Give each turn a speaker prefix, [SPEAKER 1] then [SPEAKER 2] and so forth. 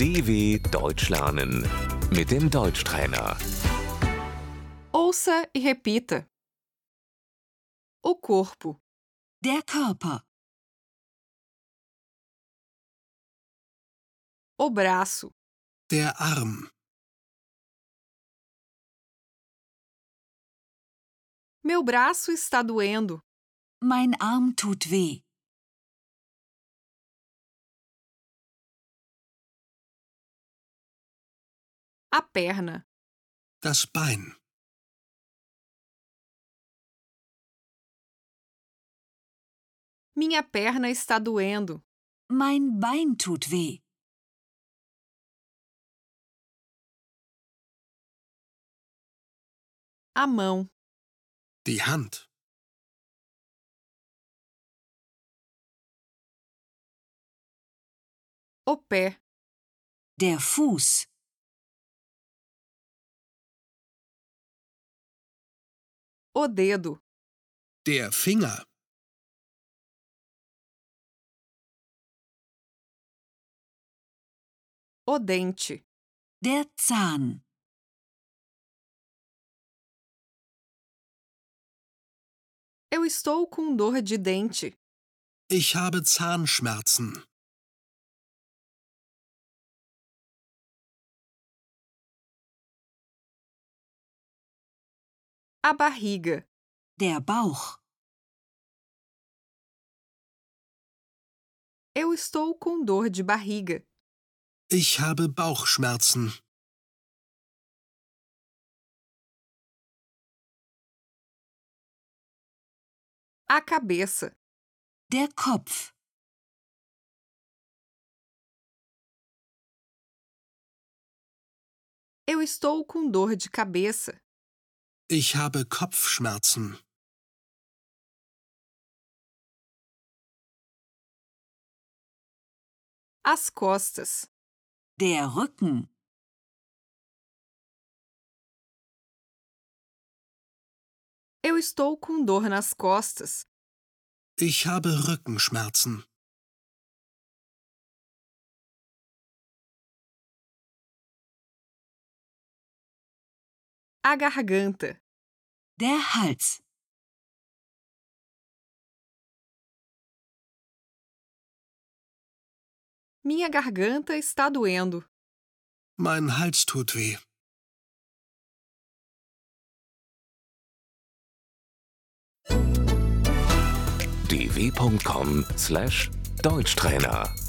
[SPEAKER 1] DW Deutsch lernen mit dem Deutschtrainer.
[SPEAKER 2] Ouça e repita. O corpo,
[SPEAKER 3] Der Körper,
[SPEAKER 2] o braço,
[SPEAKER 4] Der Arm,
[SPEAKER 2] meu braço está doendo,
[SPEAKER 3] mein Arm tut weh,
[SPEAKER 2] a perna,
[SPEAKER 4] das Bein,
[SPEAKER 2] minha perna está doendo,
[SPEAKER 3] mein Bein tut weh,
[SPEAKER 2] a mão,
[SPEAKER 4] die Hand,
[SPEAKER 2] o pé,
[SPEAKER 3] der Fuß,
[SPEAKER 2] o dedo,
[SPEAKER 4] der Finger,
[SPEAKER 2] o dente,
[SPEAKER 3] der Zahn,
[SPEAKER 2] eu estou com dor de dente,
[SPEAKER 4] ich habe Zahnschmerzen,
[SPEAKER 2] a barriga,
[SPEAKER 3] der Bauch,
[SPEAKER 2] eu estou com dor de barriga,
[SPEAKER 4] ich habe Bauchschmerzen,
[SPEAKER 2] a cabeça,
[SPEAKER 3] der Kopf,
[SPEAKER 2] eu estou com dor de cabeça,
[SPEAKER 4] ich habe Kopfschmerzen,
[SPEAKER 2] as costas,
[SPEAKER 3] der Rücken,
[SPEAKER 2] eu estou com dor nas costas,
[SPEAKER 4] ich habe Rückenschmerzen,
[SPEAKER 2] a garganta,
[SPEAKER 3] der Hals,
[SPEAKER 2] minha garganta está doendo,
[SPEAKER 4] mein Hals tut weh,
[SPEAKER 1] dw.com/deutschtrainer